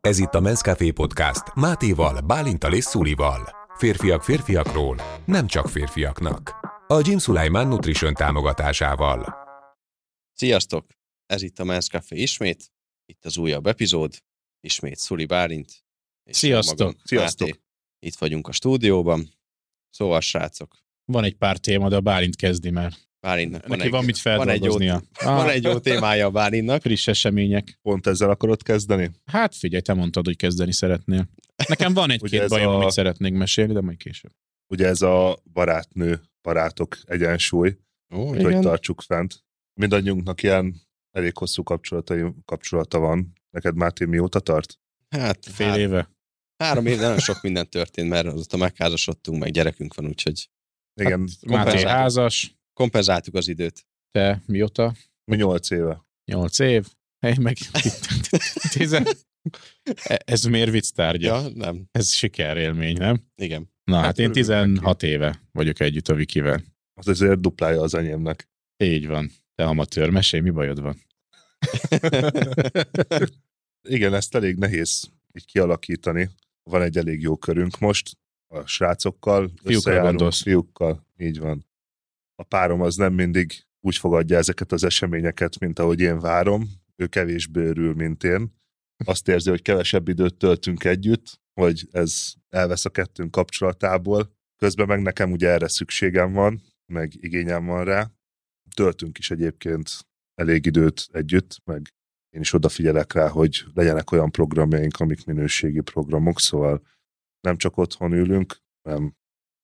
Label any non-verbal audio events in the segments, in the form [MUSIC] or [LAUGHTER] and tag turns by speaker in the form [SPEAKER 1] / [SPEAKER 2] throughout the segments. [SPEAKER 1] Ez itt a Men's Café Podcast Mátéval, Bálintal és Szulival. Férfiak férfiakról, nem csak férfiaknak. A Jim Sulaiman Nutrition támogatásával.
[SPEAKER 2] Sziasztok! Ez itt a Men's Café ismét, itt az újabb epizód, ismét Szuli Bálint. És
[SPEAKER 3] Sziasztok!
[SPEAKER 2] én magam,
[SPEAKER 4] Sziasztok!
[SPEAKER 2] Máté. Itt vagyunk a stúdióban. Szóval, srácok,
[SPEAKER 3] Van egy pár téma, de a Bálint kezdi már.
[SPEAKER 2] Bálintnak van
[SPEAKER 3] Neki
[SPEAKER 2] egy,
[SPEAKER 3] van mit
[SPEAKER 2] van egy jó,
[SPEAKER 3] feldolgoznia. Ah,
[SPEAKER 2] van egy jó témája a Bálintnak.
[SPEAKER 3] Friss események.
[SPEAKER 4] Pont ezzel akarod kezdeni?
[SPEAKER 3] Hát figyelj, te mondtad, hogy kezdeni szeretnél.
[SPEAKER 2] [LAUGHS]
[SPEAKER 3] Nekem van
[SPEAKER 4] Ugye
[SPEAKER 3] egy-két
[SPEAKER 4] ez
[SPEAKER 3] bajom,
[SPEAKER 4] a-
[SPEAKER 3] amit szeretnék mesélni, de majd később.
[SPEAKER 4] Ugye ez a barátnő, barátok egyensúly,
[SPEAKER 2] Ó,
[SPEAKER 4] hogy hogy tartsuk fent. Mindannyiunknak ilyen elég hosszú kapcsolatai, kapcsolata van. Neked Máté mióta tart?
[SPEAKER 2] hát,
[SPEAKER 3] Fél
[SPEAKER 2] há-
[SPEAKER 3] éve.
[SPEAKER 2] három év, nagyon sok minden történt, mert azóta megházasodtunk, meg gyerekünk van, úgyhogy
[SPEAKER 4] Igen,
[SPEAKER 3] Máté
[SPEAKER 2] kompenzáltuk.
[SPEAKER 3] házas,
[SPEAKER 2] kompenzáltuk az időt.
[SPEAKER 3] te mióta?
[SPEAKER 4] mi nyolc éve.
[SPEAKER 3] Nyolc év. Hely,
[SPEAKER 2] [LAUGHS]
[SPEAKER 3] meg tizen... E- Ez miért vicc tárgya?
[SPEAKER 2] Ja, nem,
[SPEAKER 3] Ez sikerélmény, nem?
[SPEAKER 2] igen.
[SPEAKER 3] Na,
[SPEAKER 4] Hát
[SPEAKER 3] hát, én
[SPEAKER 4] örülünk neki.
[SPEAKER 3] 16 éve vagyok együtt a Vikivel.
[SPEAKER 4] Az azért duplája az enyémnek.
[SPEAKER 3] Így van. Te amatőr, mesélj, mi bajod van?
[SPEAKER 4] Igen, ezt elég nehéz így kialakítani. Van egy elég jó körünk most, a srácokkal, összejárunk,
[SPEAKER 3] gondolsz.
[SPEAKER 4] fiúkkal, így van. A párom az nem mindig úgy fogadja ezeket az eseményeket, mint ahogy én várom, ő kevésbé örül, mint én. Azt érzi, hogy kevesebb időt töltünk együtt, hogy ez elvesz a kettőnk kapcsolatából. Közben meg nekem ugye erre szükségem van, meg igényem van rá. Töltünk is egyébként elég időt együtt, meg én is odafigyelek rá, hogy legyenek olyan programjaink, amik minőségi programok, szóval nem csak otthon ülünk, hanem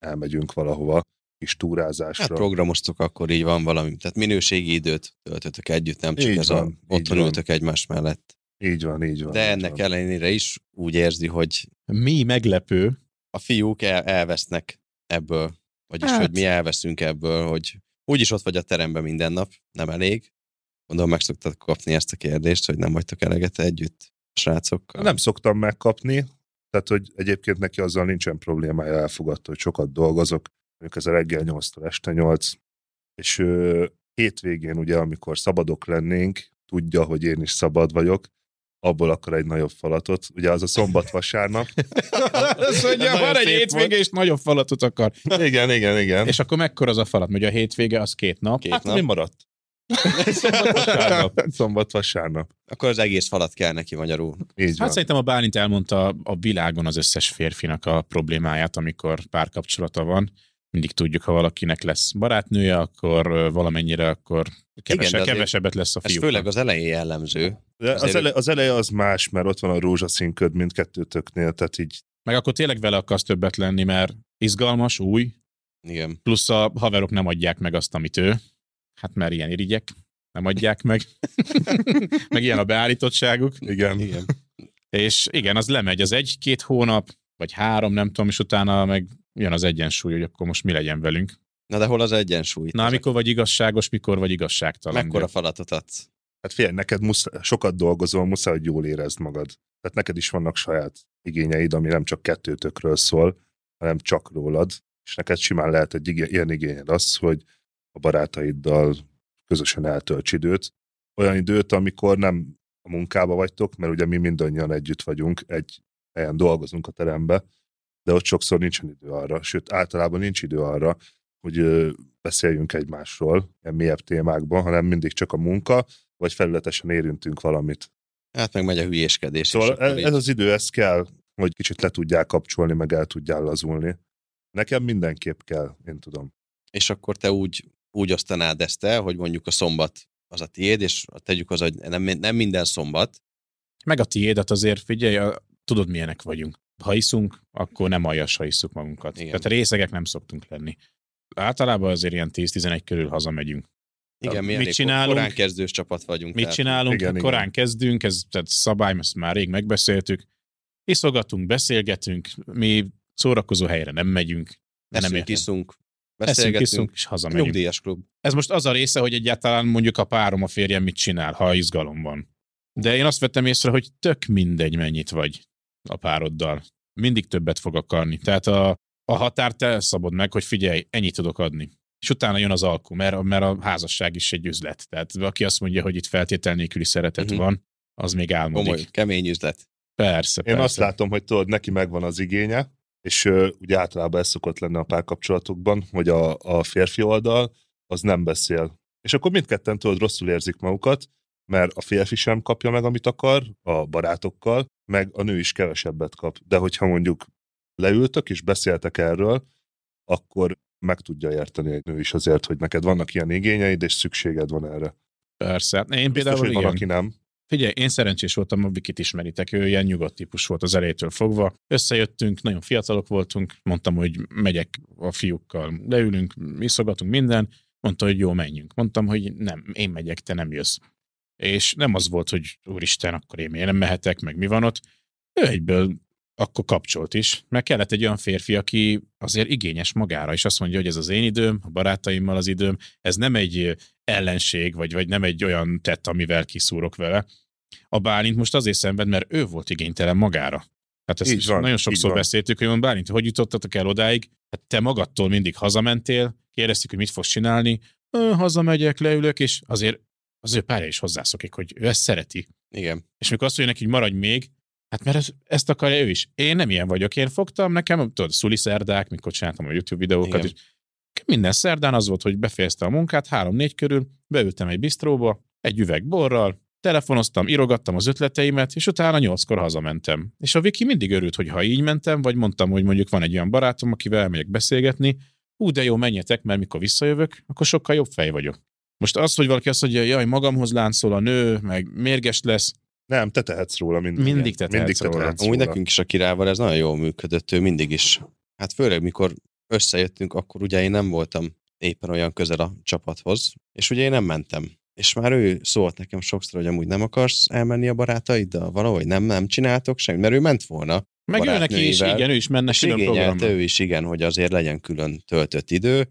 [SPEAKER 4] elmegyünk valahova kis túrázásra.
[SPEAKER 2] Hát programoztuk, akkor így van valami. Tehát minőségi időt töltötök együtt, nem csak
[SPEAKER 4] Így
[SPEAKER 2] ez
[SPEAKER 4] van,
[SPEAKER 2] a
[SPEAKER 4] így
[SPEAKER 2] otthon
[SPEAKER 4] van.
[SPEAKER 2] ültök egymás mellett.
[SPEAKER 4] Így van, így van.
[SPEAKER 2] De
[SPEAKER 4] így
[SPEAKER 2] ennek
[SPEAKER 4] van.
[SPEAKER 2] ellenére is úgy érzi, hogy
[SPEAKER 3] Mi meglepő,
[SPEAKER 2] a fiúk el, elvesznek ebből, vagyis
[SPEAKER 3] Hát.
[SPEAKER 2] hát. hogy mi elveszünk ebből, hogy úgyis ott vagy a teremben minden nap, nem elég. Gondolom meg szoktak kapni ezt a kérdést, hogy nem vagytok eleget együtt a srácokkal. [LAUGHS]
[SPEAKER 4] Nem szoktam megkapni, tehát hogy egyébként neki azzal nincsen problémája, elfogadta, hogy sokat dolgozok, mondjuk ez a reggel 8-tól este 8, és ö, hétvégén ugye, amikor szabadok lennénk, tudja, hogy én is szabad vagyok, abból akar egy nagyobb falatot, ugye az a szombat-vasárnap.
[SPEAKER 3] Azt mondja,
[SPEAKER 2] Ez
[SPEAKER 3] van
[SPEAKER 2] nagyon
[SPEAKER 3] egy
[SPEAKER 2] szép
[SPEAKER 3] hétvége, és nagyobb falatot akar.
[SPEAKER 4] [LAUGHS] igen, igen, igen.
[SPEAKER 3] És akkor mekkora az a falat? Ugye a hétvége az két nap.
[SPEAKER 2] Két
[SPEAKER 4] hát
[SPEAKER 2] nap.
[SPEAKER 4] mi maradt? [LAUGHS]
[SPEAKER 3] Vasárnap.
[SPEAKER 4] Szombat-vasárnap.
[SPEAKER 2] Akkor az egész falat kell neki magyarul.
[SPEAKER 4] Így
[SPEAKER 3] Hát
[SPEAKER 4] van.
[SPEAKER 3] szerintem a Bálint elmondta a világon az összes férfinak a problémáját, amikor párkapcsolata van. Mindig tudjuk, ha valakinek lesz barátnője, akkor ö, valamennyire akkor kevesebb,
[SPEAKER 2] de azért
[SPEAKER 3] kevesebbet lesz a
[SPEAKER 2] Ez
[SPEAKER 3] fiúk.
[SPEAKER 2] főleg az elején jellemző.
[SPEAKER 4] De az,
[SPEAKER 2] Azért-
[SPEAKER 4] ele, az eleje az más, mert ott van a rózsaszín köd mindkettőtöknél, tehát így
[SPEAKER 3] Meg akkor tényleg vele akarsz többet lenni, mert izgalmas, új,
[SPEAKER 2] Igen.
[SPEAKER 3] plusz a haverok nem adják meg azt, amit ő. Hát mert ilyen irigyek, nem adják
[SPEAKER 2] [LAUGHS]
[SPEAKER 3] meg. [LAUGHS] meg ilyen a beállítottságuk.
[SPEAKER 4] igen.
[SPEAKER 2] Igen.
[SPEAKER 3] És igen, az lemegy az egy-két hónap, vagy három, nem tudom, és utána meg jön az egyensúly, hogy akkor most mi legyen velünk.
[SPEAKER 2] Na de hol az egyensúly?
[SPEAKER 3] Na, mikor vagy igazságos, mikor vagy igazságtalan.
[SPEAKER 2] Mekkora falatot adsz?
[SPEAKER 4] Hát figyelj, neked muszá, sokat dolgozol, muszáj, hogy jól érezd magad. Tehát neked is vannak saját igényeid, ami nem csak kettőtökről szól, hanem csak rólad, és neked simán lehet egy igé- ilyen igényed az, hogy a barátaiddal közösen eltölts időt. Olyan időt, amikor nem a munkába vagytok, mert ugye mi mindannyian együtt vagyunk, egy helyen dolgozunk a terembe, de ott sokszor nincsen idő arra, sőt általában nincs idő arra, hogy ö, beszéljünk egymásról ilyen mélyebb témákban, hanem mindig csak a munka, vagy felületesen érintünk valamit.
[SPEAKER 2] Hát meg megy a hülyéskedés. és
[SPEAKER 4] Szóval
[SPEAKER 2] akkor
[SPEAKER 4] ez,
[SPEAKER 2] így-
[SPEAKER 4] ez az idő, ez kell, hogy kicsit le tudjál kapcsolni, meg el tudjál lazulni. Nekem mindenképp kell, én tudom.
[SPEAKER 2] és akkor te úgy, úgy osztanád ezt el, hogy mondjuk a szombat az a tiéd, és tegyük az, hogy nem, nem minden szombat,
[SPEAKER 3] Meg a tiédet azért, figyelj, a, tudod milyenek vagyunk. Ha iszunk, akkor nem aljas, ha isszuk magunkat.
[SPEAKER 2] Igen.
[SPEAKER 3] Igen. Tehát részegek nem szoktunk lenni. Általában azért ilyen 10-11 körül hazamegyünk.
[SPEAKER 2] igen, mi
[SPEAKER 3] Mit
[SPEAKER 2] elég
[SPEAKER 3] csinálunk?
[SPEAKER 2] Korán kezdős csapat vagyunk.
[SPEAKER 3] Mit
[SPEAKER 2] tehát
[SPEAKER 3] csinálunk?
[SPEAKER 4] igen,
[SPEAKER 3] Igen,
[SPEAKER 4] igen.
[SPEAKER 3] korán igen. kezdünk, ez tehát szabály, ezt már rég megbeszéltük. Iszogatunk, beszélgetünk, mi szórakozó helyre nem megyünk, nem
[SPEAKER 2] Eszünk,
[SPEAKER 3] értem.
[SPEAKER 2] iszunk,
[SPEAKER 3] eszünk,
[SPEAKER 2] beszélgetünk,
[SPEAKER 3] iszunk, és hazamegyünk.
[SPEAKER 2] nyugdíjas klub.
[SPEAKER 3] ez most az a része, hogy egyáltalán mondjuk a párom, a férjem mit csinál, ha izgalom van. De én azt vettem észre, hogy tök mindegy, mennyit vagy a pároddal. Mindig többet fog akarni. Tehát a, a határt elszabod meg, hogy figyelj, ennyit tudok adni. És utána jön az alkú, mert, mert a házasság is egy üzlet. Tehát aki azt mondja, hogy itt feltétel nélküli szeretet
[SPEAKER 2] Mhm.
[SPEAKER 3] uh-huh. van, az még álmodik.
[SPEAKER 2] Komoly, kemény üzlet.
[SPEAKER 3] Persze,
[SPEAKER 4] Én
[SPEAKER 3] persze.
[SPEAKER 4] azt látom, hogy tudod, neki megvan az igénye, és ö, ugye általában ez szokott lenni a párkapcsolatokban, hogy a, a férfi oldal az nem beszél. És akkor mindketten tudod, rosszul érzik magukat, mert a férfi sem kapja meg, amit akar, a barátokkal, meg a nő is kevesebbet kap. De hogyha mondjuk leültök és beszéltek erről, akkor meg tudja érteni egy nő is azért, hogy neked vannak ilyen igényeid, és szükséged van erre.
[SPEAKER 3] Persze. Én
[SPEAKER 4] Biztos,
[SPEAKER 3] például
[SPEAKER 4] hogy van,
[SPEAKER 3] igen.
[SPEAKER 4] aki nem.
[SPEAKER 3] Figyelj, én szerencsés voltam, a Bikit ismeritek, ő ilyen nyugodt típus volt az elejétől fogva. Összejöttünk, nagyon fiatalok voltunk, mondtam, hogy megyek a fiúkkal, leülünk, iszogatunk minden, mondta, hogy jó, menjünk. Mondtam, hogy nem, én megyek, te nem jössz. És nem az volt, hogy úristen, akkor én miért nem mehetek, meg mi van ott. Ő egyből akkor kapcsolt is, mert kellett egy olyan férfi, aki azért igényes magára, és azt mondja, hogy ez az én időm, a barátaimmal az időm, ez nem egy ellenség, vagy, vagy nem egy olyan tett, amivel kiszúrok vele. A Bálint most azért szenved, mert ő volt igénytelen magára. Hát ezt
[SPEAKER 4] Így
[SPEAKER 3] így
[SPEAKER 4] van,
[SPEAKER 3] van, nagyon
[SPEAKER 4] így
[SPEAKER 3] sokszor
[SPEAKER 4] van.
[SPEAKER 3] beszéltük, hogy mondom, Bálint, hogy jutottatok el odáig? Hát te magadtól mindig hazamentél, kérdeztük, hogy mit fogsz csinálni, "Ö, hazamegyek, leülök, és azért az ő párja is hozzászokik, hogy ő ezt szereti.
[SPEAKER 2] Igen.
[SPEAKER 3] És mikor azt mondja neki, hogy maradj még, hát mert ez, ezt akarja ő is. Én nem ilyen vagyok, én fogtam, nekem, tudod, szuli szerdák, mikor csináltam a YouTube videókat,
[SPEAKER 2] Igen.
[SPEAKER 3] és minden szerdán az volt, hogy befejezte a munkát, három-négy körül, beültem egy bistróba, egy üveg borral, telefonoztam, írogattam az ötleteimet, és utána nyolckor hazamentem. És a Viki mindig örült, hogy ha így mentem, vagy mondtam, hogy mondjuk van egy olyan barátom, akivel elmegyek beszélgetni, ú, de jó, menjetek, mert mikor visszajövök, akkor sokkal jobb fej vagyok. Most az, hogy valaki azt mondja, jaj, magamhoz láncol a nő, meg mérges lesz,
[SPEAKER 4] Nem, te tehetsz róla mindig.
[SPEAKER 3] Mindig te
[SPEAKER 4] mindig
[SPEAKER 3] tehetsz
[SPEAKER 4] te
[SPEAKER 3] róla.
[SPEAKER 4] tehetsz
[SPEAKER 2] Hát Amúgy
[SPEAKER 4] róla.
[SPEAKER 2] nekünk is a királyval ez nagyon jól működött, ő mindig is. Hát főleg, mikor összejöttünk, akkor ugye én nem voltam éppen olyan közel a csapathoz, és ugye én nem mentem. És már ő szólt nekem sokszor, hogy amúgy nem akarsz elmenni a barátaiddal, valahogy nem, nem csináltok semmit, mert ő ment volna,
[SPEAKER 3] Meg ő neki is,
[SPEAKER 2] barátnőivel,
[SPEAKER 3] igen, ő is menne
[SPEAKER 2] és
[SPEAKER 3] külön
[SPEAKER 2] igényelte
[SPEAKER 3] programra.
[SPEAKER 2] ő is, igen, hogy azért legyen külön töltött idő,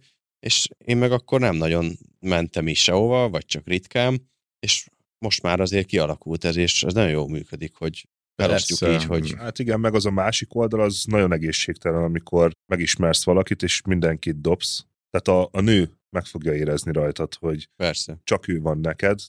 [SPEAKER 2] és én meg akkor nem nagyon mentem is sehova, vagy csak ritkán, és most már azért kialakult ez, és ez nagyon jól működik, hogy felosztjuk
[SPEAKER 3] Persze. Mm.
[SPEAKER 2] így, hogy
[SPEAKER 4] Hát igen, meg az a másik oldal az nagyon egészségtelen, amikor megismersz valakit, és mindenkit dobsz. Tehát a, a nő meg fogja érezni rajtad, hogy
[SPEAKER 2] persze,
[SPEAKER 4] csak ő van neked,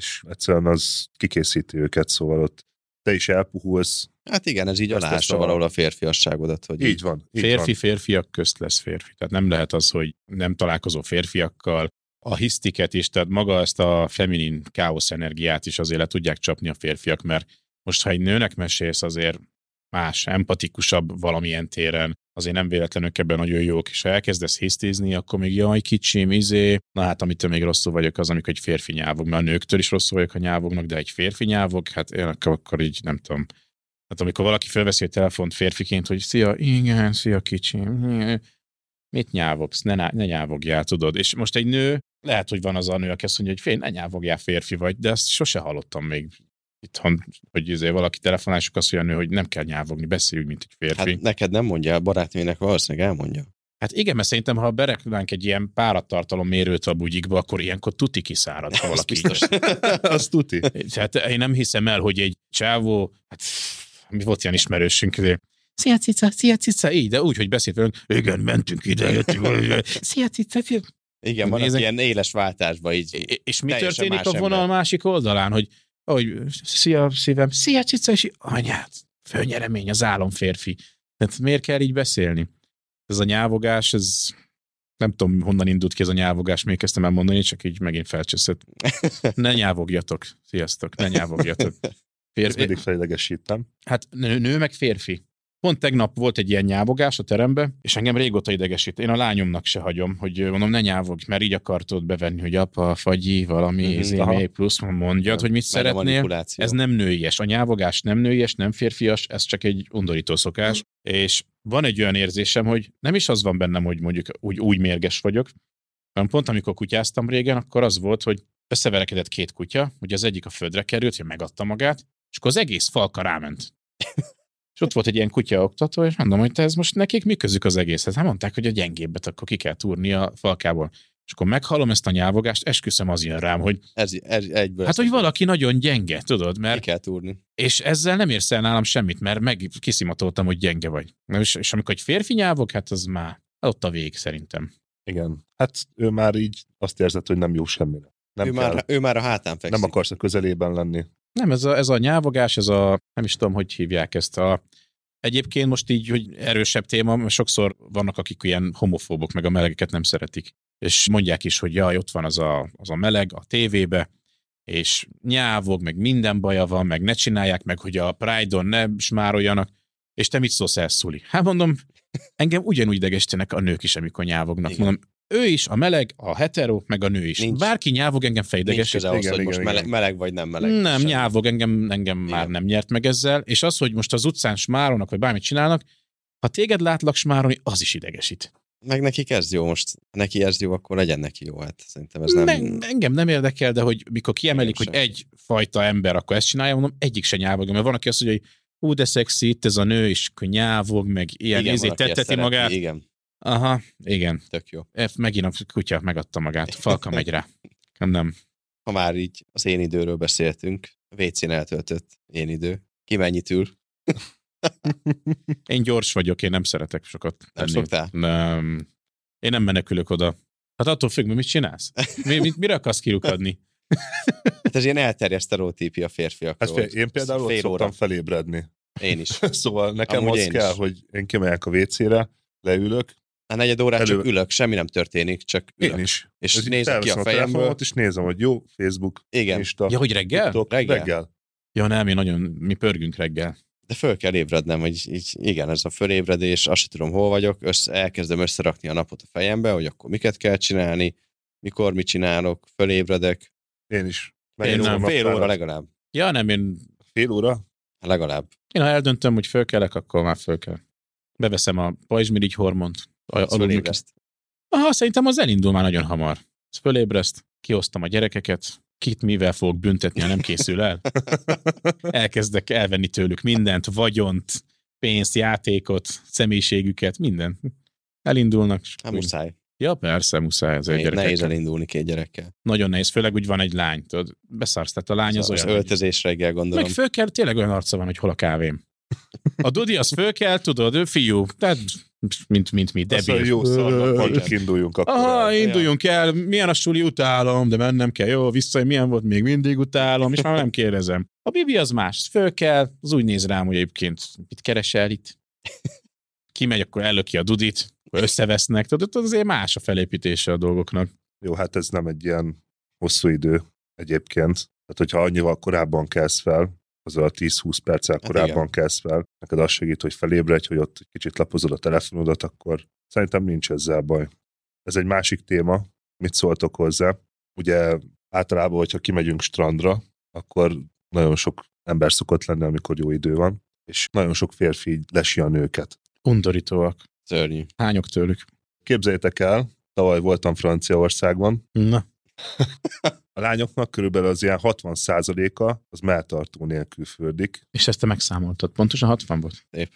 [SPEAKER 4] és egyszerűen az kikészíti őket, szóval ott te is elpuhulsz.
[SPEAKER 2] hát igen, ez így
[SPEAKER 4] Ezt- ezt
[SPEAKER 2] alása
[SPEAKER 4] a-
[SPEAKER 2] valahol a férfiasságodat, hogy
[SPEAKER 4] Így van. Így
[SPEAKER 3] Férfi férfiak közt lesz férfi. Tehát nem lehet az, hogy nem találkozó férfiakkal, a hisztiket is, tehát maga ezt a feminin káosz energiát is azért le tudják csapni a férfiak, mert most, ha egy nőnek mesélsz, azért más, empatikusabb valamilyen téren, azért nem véletlenül ebben nagyon jók, és ha elkezdesz hisztizni, akkor még jaj, kicsim, izé, na hát amitől még rosszul vagyok, az, amikor egy férfi nyávog, mert a nőktől is rosszul vagyok, ha nyávognak, de egy férfi nyávog, hát én akkor, akkor így nem tudom, Hát amikor valaki felveszi a telefont férfiként, hogy szia, igen, szia kicsim, mit nyávogsz, ne, ná- ne nyávogjál, tudod. És most egy nő, lehet, hogy van az a nő, aki azt mondja, hogy fél, ne nyávogjál, férfi vagy, de ezt sose hallottam még itthon, hogy izé valaki telefonások azt mondja, a nő, hogy nem kell nyávogni, beszéljünk, mint egy férfi.
[SPEAKER 2] hát
[SPEAKER 3] Hát,
[SPEAKER 2] neked nem mondja, a barátnőnek valószínűleg elmondja.
[SPEAKER 3] hát igen, mert szerintem, ha berekülnánk egy ilyen párattartalom mérőt a bugyikba, akkor ilyenkor tuti kiszárad, ha valaki
[SPEAKER 2] biztos.
[SPEAKER 4] [LAUGHS]
[SPEAKER 2] [LAUGHS]
[SPEAKER 4] Azt tuti.
[SPEAKER 3] Tehát hát én nem hiszem el, hogy egy csávó, hát pff, mi volt ilyen ismerősünk, izé, szia cica, szia cica, így, de úgy, hogy beszélt velünk, igen, mentünk ide, jöttünk, szia cica, cica.
[SPEAKER 2] Igen, van
[SPEAKER 3] Nézek-
[SPEAKER 2] Nézek... ilyen éles váltásba így.
[SPEAKER 3] És- És mi
[SPEAKER 2] Teljesen
[SPEAKER 3] történik
[SPEAKER 2] más
[SPEAKER 3] a vonal
[SPEAKER 2] ember.
[SPEAKER 3] másik oldalán, hogy ahogy szia szívem, szia cica, és í- anyád, főnyeremény, az álomférfi. Tehát miért kell így beszélni? Ez a nyávogás, ez nem tudom, honnan indult ki ez a nyávogás, még kezdtem el mondani, csak így megint felcseszett. Ne nyávogjatok, sziasztok,
[SPEAKER 2] [LAUGHS]
[SPEAKER 3] ne nyávogjatok.
[SPEAKER 4] Ezt mindig felidegesítem.
[SPEAKER 3] Hát nő, nő meg férfi. Pont tegnap volt egy ilyen nyávogás a terembe, és engem régóta idegesít. Én a lányomnak se hagyom, hogy ö, mondom, ne nyávogj, mert így akartod bevenni, hogy apa, fagyi, valami,
[SPEAKER 2] Mhm,
[SPEAKER 3] izé,
[SPEAKER 2] aha.
[SPEAKER 3] még plusz, mondjad, hogy mit
[SPEAKER 2] Meg a
[SPEAKER 3] szeretnél.
[SPEAKER 2] manipuláció.
[SPEAKER 3] Ez nem nőies. A nyávogás nem nőies, nem férfias, ez csak egy undorító szokás. És van egy olyan érzésem, hogy nem is az van bennem, hogy mondjuk úgy, úgy mérges vagyok, hanem pont amikor kutyáztam régen, akkor az volt, hogy összeverekedett két kutya, ugye az egyik a földre került, hogy megadta magát, és akkor az egész falka ráment. És ott volt egy ilyen kutya oktató, és mondom, hogy te ez most nekik mi közük az egészhez? Hát mondták, hogy a gyengébbet akkor ki kell túrni a falkából. És akkor meghallom ezt a nyávogást, esküszöm az jön rám, hogy
[SPEAKER 2] Ez, ez egyből.
[SPEAKER 3] hát,
[SPEAKER 2] ezt
[SPEAKER 3] hogy valaki nagyon gyenge, tudod,
[SPEAKER 2] Ki
[SPEAKER 3] mert
[SPEAKER 2] kell túrni.
[SPEAKER 3] és ezzel nem érsz el nálam semmit, mert meg kiszimatoltam, hogy gyenge vagy. Na És, és amikor egy férfi nyávog, hát az már ott a vég szerintem.
[SPEAKER 4] Igen. Hát ő már így azt érzed, hogy nem jó semmire. Nem
[SPEAKER 2] ő,
[SPEAKER 4] kell.
[SPEAKER 2] már, ő már a hátán fekszik.
[SPEAKER 4] nem akarsz a közelében lenni.
[SPEAKER 3] Nem, ez a, ez a nyávogás, ez a, nem is tudom, hogy hívják ezt a... Egyébként most így, hogy erősebb téma, mert sokszor vannak, akik ilyen homofóbok, meg a melegeket nem szeretik. És mondják is, hogy jaj, ott van az a, az a meleg a tévébe, és nyávog, meg minden baja van, meg ne csinálják, meg hogy a Pride-on ne smároljanak, és te mit szólsz el, Szuli? Hát mondom, engem ugyanúgy idegesítenek a nők is, amikor nyávognak.
[SPEAKER 2] Igen.
[SPEAKER 3] Igen. Mondom, ő is, a meleg, a hetero, meg a nő
[SPEAKER 2] Nincs.
[SPEAKER 3] is. Nincs. Bárki nyávog, engem
[SPEAKER 2] Nincs
[SPEAKER 3] fejdegesít.
[SPEAKER 2] köze ahhoz,
[SPEAKER 4] igen,
[SPEAKER 2] hogy
[SPEAKER 4] igen,
[SPEAKER 2] most
[SPEAKER 4] igen.
[SPEAKER 2] meleg, meleg vagy nem meleg.
[SPEAKER 3] Nem,
[SPEAKER 2] Sem.
[SPEAKER 3] nyávog, engem, engem
[SPEAKER 2] Igen.
[SPEAKER 3] már nem nyert meg ezzel, és az, hogy most az utcán smáronak, vagy bármit csinálnak, ha téged látlak smárolni, az is idegesít.
[SPEAKER 2] Meg neki ez jó most. Ha neki ez jó, akkor legyen neki jó. Hát szerintem ez nem...
[SPEAKER 3] Ne, engem nem érdekel, de hogy mikor kiemelik,
[SPEAKER 2] Engem
[SPEAKER 3] hogy
[SPEAKER 2] sem.
[SPEAKER 3] egy fajta ember akkor ezt csinálja, mondom, egyik se nyávog, mert van, aki azt mondja, hogy hú, de szexi, itt ez a nő, és akkor nyávog, meg ilyen
[SPEAKER 2] Igen,
[SPEAKER 3] izé
[SPEAKER 2] van, aki ezt
[SPEAKER 3] tetteti
[SPEAKER 2] szereti.
[SPEAKER 3] magát.
[SPEAKER 2] Igen,
[SPEAKER 3] Aha, igen.
[SPEAKER 2] tök jó.
[SPEAKER 3] E, Megint a kutya megadta magát. Falka megy rá. Nem, nem.
[SPEAKER 2] Ha már így az én időről beszéltünk, WC-n eltöltött én idő. Ki mennyit ül?
[SPEAKER 3] Én gyors vagyok, én nem szeretek sokat
[SPEAKER 2] Nem
[SPEAKER 3] tenni.
[SPEAKER 2] szoktál?
[SPEAKER 3] Nem. mm, Én nem menekülök oda. Hát attól függ, mi mit csinálsz? Mi, mit, mire akarsz kirukadni?
[SPEAKER 2] Hát ez ilyen elterjedt sztereotípia
[SPEAKER 4] Hát
[SPEAKER 2] férfiakról.
[SPEAKER 4] fél, én például ott
[SPEAKER 2] Szóval Fél
[SPEAKER 4] szoktam
[SPEAKER 2] óra.
[SPEAKER 4] felébredni. [LAUGHS]
[SPEAKER 2] Én is.
[SPEAKER 4] szóval nekem
[SPEAKER 2] Amúgy
[SPEAKER 4] az
[SPEAKER 2] én
[SPEAKER 4] kell,
[SPEAKER 2] is.
[SPEAKER 4] hogy én kimegyek a WC-re, leülök,
[SPEAKER 2] A negyed órát csak
[SPEAKER 4] Elő-
[SPEAKER 2] ülök, semmi nem történik, csak ülök.
[SPEAKER 4] én is.
[SPEAKER 2] És
[SPEAKER 4] Ez így
[SPEAKER 2] nézek ki
[SPEAKER 4] felveszem
[SPEAKER 2] a fejemből.
[SPEAKER 4] telefonomat, és nézem, hogy jó, Facebook,
[SPEAKER 2] Igen,
[SPEAKER 4] Insta,
[SPEAKER 3] Ja, hogy reggel?
[SPEAKER 4] TikTok,
[SPEAKER 2] Reggel?
[SPEAKER 4] reggel. reggel.
[SPEAKER 3] Ja, nem, mi nagyon, mi pörgünk reggel.
[SPEAKER 2] de föl kell ébrednem, hogy így, igen, ez a fölébredés, azt sem tudom, hol vagyok, össze, elkezdem összerakni a napot a fejembe, hogy akkor miket kell csinálni, mikor mit csinálok, fölébredek.
[SPEAKER 4] Én is.
[SPEAKER 3] Én
[SPEAKER 4] Megnézem
[SPEAKER 3] nem.
[SPEAKER 4] a
[SPEAKER 2] Fél óra
[SPEAKER 4] naptárat.
[SPEAKER 2] legalább.
[SPEAKER 3] Ja, nem, én,
[SPEAKER 4] Fél óra?
[SPEAKER 2] Legalább.
[SPEAKER 3] én ha eldöntöm, hogy fölkelek, akkor már fölkel. Beveszem a pajzsmirigy hormont. a-
[SPEAKER 2] Ezt
[SPEAKER 3] aludni-
[SPEAKER 2] fölébreszt.
[SPEAKER 3] Aha, szerintem az elindul már nagyon hamar. Ez fölébreszt, kiosztam a gyerekeket, kit mivel fogok büntetni, ha nem készül el. Elkezdek elvenni tőlük mindent, vagyont, pénzt, játékot, személyiségüket, mindent. Elindulnak. és
[SPEAKER 2] [LAUGHS] Hát
[SPEAKER 3] úgy.
[SPEAKER 2] muszáj.
[SPEAKER 3] Ja, persze, muszáj az egy
[SPEAKER 2] Nehéz
[SPEAKER 3] gyerekekkel.
[SPEAKER 2] elindulni két gyerekkel.
[SPEAKER 3] Nagyon nehéz, főleg úgy van egy lány, tudod, beszarsz, tehát a lány
[SPEAKER 2] Az,
[SPEAKER 3] az,
[SPEAKER 2] az
[SPEAKER 3] olyan. hogy-
[SPEAKER 2] öltözés reggel gondolom.
[SPEAKER 3] Meg föl kell, tényleg olyan arca van, hogy hol a kávém. A Dudi az föl kell, tudod, ő fiú, tehát mint, mint mi,
[SPEAKER 4] Azt mondja,
[SPEAKER 3] debil.
[SPEAKER 4] jó szarnak, van,
[SPEAKER 2] Igen.
[SPEAKER 4] csak induljunk
[SPEAKER 2] Ah,
[SPEAKER 4] akkor.
[SPEAKER 3] Aha,
[SPEAKER 4] el.
[SPEAKER 3] induljunk el, milyen a suli, utálom, de mennem kell, jó, vissza, hogy milyen volt, még mindig utálom, és már nem kérdezem. A Bibi az más, föl kell, az úgy néz rám, hogy egyébként mit keresel itt. Kimegy, akkor ellöki a Dudit, akkor összevesznek, tudod, azért más a felépítése a dolgoknak.
[SPEAKER 4] Jó, hát ez nem egy ilyen hosszú idő egyébként. Tehát, hogyha annyival korábban kezd fel, azzal a 10-20 perccel korábban
[SPEAKER 2] igen.
[SPEAKER 4] hát kezd fel, neked az segít, hogy felébredj, hogy ott egy kicsit lapozod a telefonodat, akkor szerintem nincs ezzel baj. Ez egy másik téma, mit szóltok hozzá. Ugye általában, hogyha kimegyünk strandra, akkor nagyon sok ember szokott lenni, amikor jó idő van, és nagyon sok férfi így lesi a nőket.
[SPEAKER 3] Undorítóak. [LAUGHS]
[SPEAKER 2] Szörnyű.
[SPEAKER 3] Hányok tőlük.
[SPEAKER 4] Képzeljétek el, tavaly voltam Franciaországban,
[SPEAKER 3] Na,
[SPEAKER 4] A lányoknak körülbelül az ilyen 60%-a az melltartó nélkül fürdik.
[SPEAKER 3] és ezt te megszámoltad. Pontosan 60 volt.
[SPEAKER 2] Szép.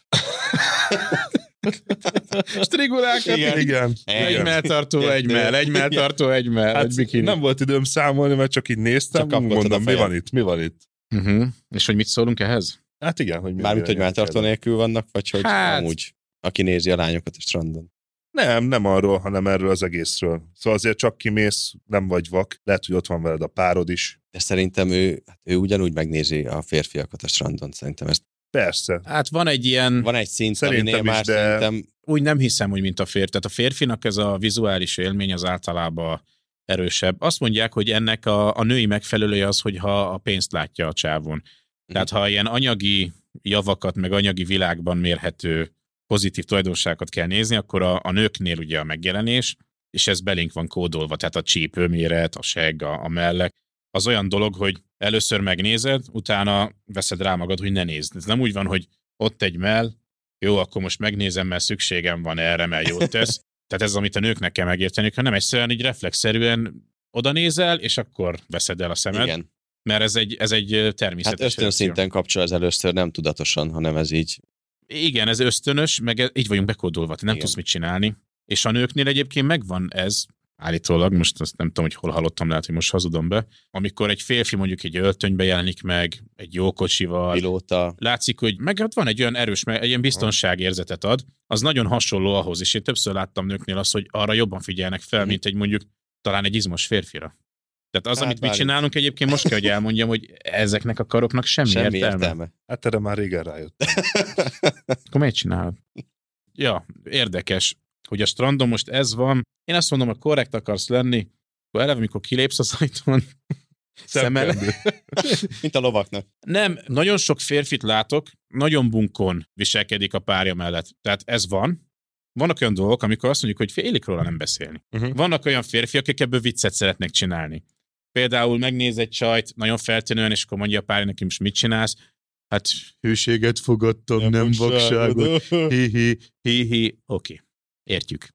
[SPEAKER 3] Strigulák,
[SPEAKER 2] Igen.
[SPEAKER 4] Igen.
[SPEAKER 3] Egy
[SPEAKER 2] Igen.
[SPEAKER 3] melltartó, egy mell, egy melltartó, egy mell,
[SPEAKER 4] Hát
[SPEAKER 3] egy bikini.
[SPEAKER 4] nem volt időm számolni, mert csak így néztem,
[SPEAKER 2] Csak
[SPEAKER 4] csak
[SPEAKER 2] kapkodtad a
[SPEAKER 4] mondom, mi
[SPEAKER 2] fejed.
[SPEAKER 4] van itt, mi van itt.
[SPEAKER 3] Uh-huh. És hogy mit szólunk ehhez?
[SPEAKER 4] Hát igen, hogy mi
[SPEAKER 2] Mármint, hogy már tartó nélkül vannak, vagy hogy
[SPEAKER 3] Hát.
[SPEAKER 2] amúgy, aki nézi a lányokat a strandon.
[SPEAKER 4] Nem, nem arról, hanem erről az egészről. Szóval azért csak kimész, nem vagy vak, lehet, hogy ott van veled a párod is.
[SPEAKER 2] De szerintem ő, hát ő ugyanúgy megnézi a férfiakat a strandon, szerintem ez
[SPEAKER 4] Persze.
[SPEAKER 3] Hát van egy ilyen,
[SPEAKER 2] Van egy szint,
[SPEAKER 4] Szerintem
[SPEAKER 2] aminél
[SPEAKER 4] is,
[SPEAKER 2] már
[SPEAKER 4] de-
[SPEAKER 2] szerintem
[SPEAKER 3] úgy nem hiszem, hogy mint a férfi. Tehát a férfinak ez a vizuális élmény az általában erősebb. Azt mondják, hogy ennek a, a női megfelelője az, hogyha a pénzt látja a csávon. Mhm. Tehát ha ilyen anyagi javakat, meg anyagi világban mérhető pozitív tulajdonságokat kell nézni, akkor a, a nőknél ugye a megjelenés, és ez belénk van kódolva, tehát a csípőméret, a seg, a, a mellek, az olyan dolog, hogy először megnézed, utána veszed rá magad, hogy ne nézd. Ez nem úgy van, hogy ott egy mell, jó, akkor most megnézem, mert szükségem van erre, mert jót tesz. Tehát ez, amit a nőknek kell megérteniük, hanem egyszerűen így reflexzerűen oda nézel, és akkor veszed el a szemed, Igen.
[SPEAKER 2] igen.
[SPEAKER 3] mert ez egy, ez egy
[SPEAKER 2] Hát
[SPEAKER 3] természetes reakció.
[SPEAKER 2] ösztönszinten kapcsol ez először, nem tudatosan, hanem ez így.
[SPEAKER 3] Igen, ez ösztönös, meg e- így vagyunk bekódolva, te
[SPEAKER 2] Igen.
[SPEAKER 3] nem Igen. tudsz mit csinálni. És a nőknél egyébként megvan ez, állítólag, most azt nem tudom, hogy hol hallottam, lehet, hogy most hazudom be, amikor egy férfi mondjuk egy öltönybe jelenik meg, egy jó kocsival,
[SPEAKER 2] Pilóta,
[SPEAKER 3] látszik, hogy meg hát van egy olyan erős, meg egy ilyen biztonságérzetet ad, az nagyon hasonló ahhoz, és én többször láttam nőknél azt, hogy arra jobban figyelnek fel, mint egy mondjuk talán egy izmos férfira. Tehát az,
[SPEAKER 2] Hát
[SPEAKER 3] amit mi
[SPEAKER 2] várjuk.
[SPEAKER 3] csinálunk egyébként, most kell, hogy elmondjam, hogy ezeknek a karoknak semmi,
[SPEAKER 2] Semmi
[SPEAKER 3] értelme.
[SPEAKER 2] értelme. [LAUGHS]
[SPEAKER 4] Hát erre már régen rájött.
[SPEAKER 3] Akkor miért csinálod? Ja, érdekes, hogy a strandon most ez van. Én azt mondom, hogy korrekt akarsz lenni, akkor eleve, mikor kilépsz az ajtón, Szemmel-
[SPEAKER 4] Szeptember.
[SPEAKER 2] Mint a lovaknak.
[SPEAKER 3] Nem, nagyon sok férfit látok, nagyon bunkon viselkedik a párja mellett. Tehát ez van. Vannak olyan dolgok, amikor azt mondjuk, hogy félik róla nem beszélni.
[SPEAKER 4] Mhm.
[SPEAKER 3] Vannak olyan férfiak, akik ebből viccet szeretnek csinálni. Például megnéz egy csajt nagyon feltűnően, és akkor mondja a párja neki, most mit csinálsz? Hát hűséget fogadtam, nem, nem vakságot. [LAUGHS] Hi-hi, hi-hi. Oké, okay. értjük.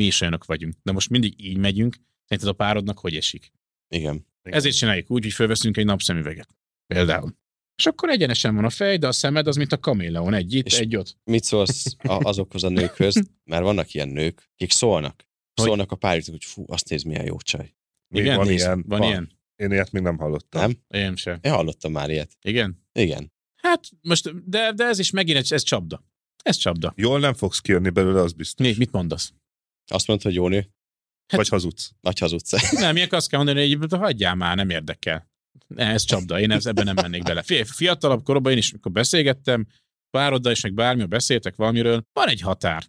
[SPEAKER 3] Mi is olyanok vagyunk. De most mindig így megyünk, szerinted a párodnak hogy esik?
[SPEAKER 2] Igen.
[SPEAKER 4] Igen.
[SPEAKER 3] Ezért csináljuk úgy, hogy fölveszünk egy napszemüveget. Például. És akkor egyenesen van a fej, de a szemed az, mint a kaméleon. Egy itt,
[SPEAKER 2] És-
[SPEAKER 3] egy ott.
[SPEAKER 2] Mit szólsz a- azokhoz a nőkhöz? Mert vannak ilyen nők, akik szólnak.
[SPEAKER 3] Hogy?
[SPEAKER 2] Szólnak a párjuknak, hogy fú, azt néz, milyen jó csaj.
[SPEAKER 4] Még
[SPEAKER 3] Igen,
[SPEAKER 4] van
[SPEAKER 3] nézd,
[SPEAKER 4] ilyen?
[SPEAKER 3] Van,
[SPEAKER 4] Van.
[SPEAKER 3] ilyen?
[SPEAKER 4] Én ilyet még nem hallottam.
[SPEAKER 2] Nem?
[SPEAKER 3] Én sem.
[SPEAKER 2] Én hallottam már ilyet.
[SPEAKER 3] Igen?
[SPEAKER 2] Igen.
[SPEAKER 3] Hát most, de, de ez is megint, egy, ez csapda. Ez csapda.
[SPEAKER 4] Jól nem fogsz kijönni belőle, az biztos.
[SPEAKER 3] Mi, mit mondasz?
[SPEAKER 2] Azt mondta, hogy jó nő,
[SPEAKER 3] Hát-
[SPEAKER 4] Vagy hazudsz.
[SPEAKER 2] nagy hazudsz. [LAUGHS]
[SPEAKER 3] Nem, ilyenkor azt kell mondani, hogy hagyjál már, nem érdekel. Ne, ez csapda, én ez, ebben nem mennék bele. Fi- Fiatalabb koromban én is, mikor beszélgettem, pároddal is, meg bármiről beszéltek valamiről, van egy határ,